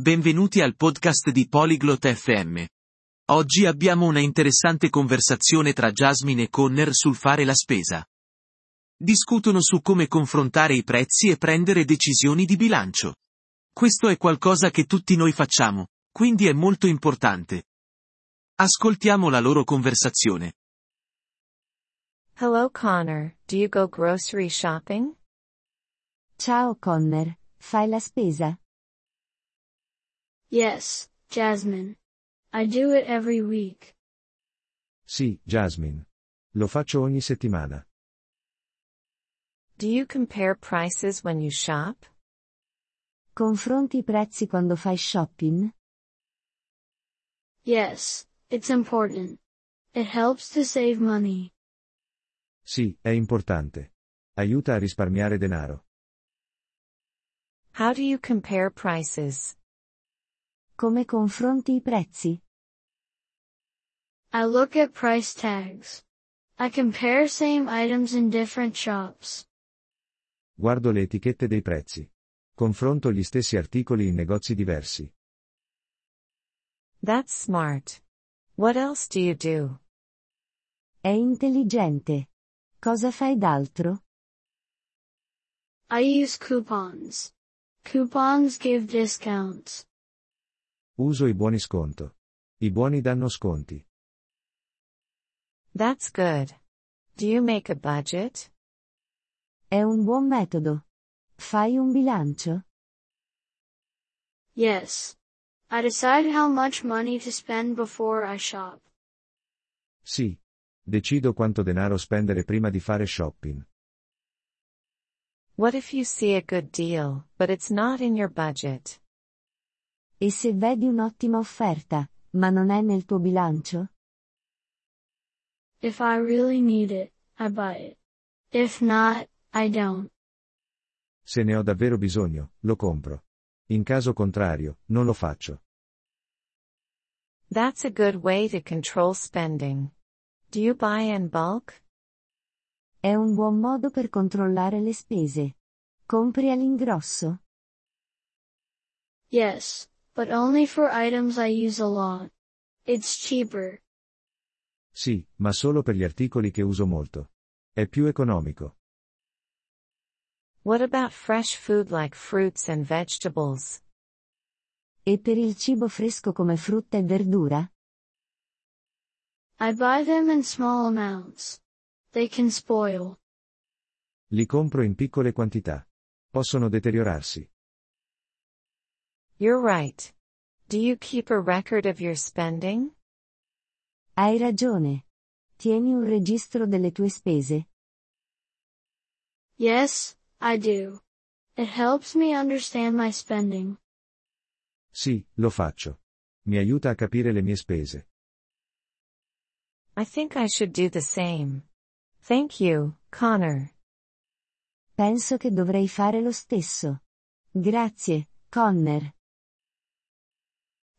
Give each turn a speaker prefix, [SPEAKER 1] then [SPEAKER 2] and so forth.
[SPEAKER 1] Benvenuti al podcast di Polyglot FM. Oggi abbiamo una interessante conversazione tra Jasmine e Conner sul fare la spesa. Discutono su come confrontare i prezzi e prendere decisioni di bilancio. Questo è qualcosa che tutti noi facciamo, quindi è molto importante. Ascoltiamo la loro conversazione.
[SPEAKER 2] Hello Connor, do you go grocery shopping?
[SPEAKER 3] Ciao Connor, fai la spesa?
[SPEAKER 4] Yes, Jasmine. I do it every week.
[SPEAKER 5] Sì, Jasmine. Lo faccio ogni settimana.
[SPEAKER 2] Do you compare prices when you shop?
[SPEAKER 3] Confronti i prezzi quando fai shopping?
[SPEAKER 4] Yes, it's important. It helps to save money.
[SPEAKER 5] Sì, è importante. Aiuta a risparmiare denaro.
[SPEAKER 2] How do you compare prices?
[SPEAKER 3] Come confronti i prezzi?
[SPEAKER 4] I look at price tags. I compare same items in different shops.
[SPEAKER 5] Guardo le etichette dei prezzi. Confronto gli stessi articoli in negozi diversi.
[SPEAKER 2] That's smart. What else do you do?
[SPEAKER 3] È intelligente. Cosa fai d'altro?
[SPEAKER 4] I use coupons. Coupons give discounts.
[SPEAKER 5] Uso i buoni sconto. I buoni danno sconti.
[SPEAKER 2] That's good. Do you make a budget?
[SPEAKER 3] È un buon metodo. Fai un bilancio?
[SPEAKER 4] Yes. I decide how much money to spend before I shop.
[SPEAKER 5] Sì. Decido quanto denaro spendere prima di fare shopping.
[SPEAKER 2] What if you see a good deal, but it's not in your budget?
[SPEAKER 3] E se vedi un'ottima offerta, ma non è nel tuo bilancio?
[SPEAKER 4] If I really need it, I buy it. If not, I don't.
[SPEAKER 5] Se ne ho davvero bisogno, lo compro. In caso contrario, non lo faccio.
[SPEAKER 2] That's a good way to control spending. Do you buy in bulk?
[SPEAKER 3] È un buon modo per controllare le spese. Compri all'ingrosso?
[SPEAKER 4] Yes, but only for items I use a lot. It's cheaper.
[SPEAKER 5] Sì, ma solo per gli articoli che uso molto. È più economico.
[SPEAKER 2] What about fresh food like fruits and vegetables?
[SPEAKER 3] E per il cibo fresco come frutta e verdura?
[SPEAKER 4] I buy them in small amounts. They can spoil.
[SPEAKER 5] Li compro in piccole quantità. Possono deteriorarsi.
[SPEAKER 2] You're right. Do you keep a record of your spending?
[SPEAKER 3] Hai ragione. Tieni un registro delle tue spese.
[SPEAKER 4] Yes, I do. It helps me understand my spending.
[SPEAKER 5] Sì, lo faccio. Mi aiuta a capire le mie spese.
[SPEAKER 2] I think I should do the same. Thank you, Connor.
[SPEAKER 3] Penso che dovrei fare lo stesso. Grazie, Connor.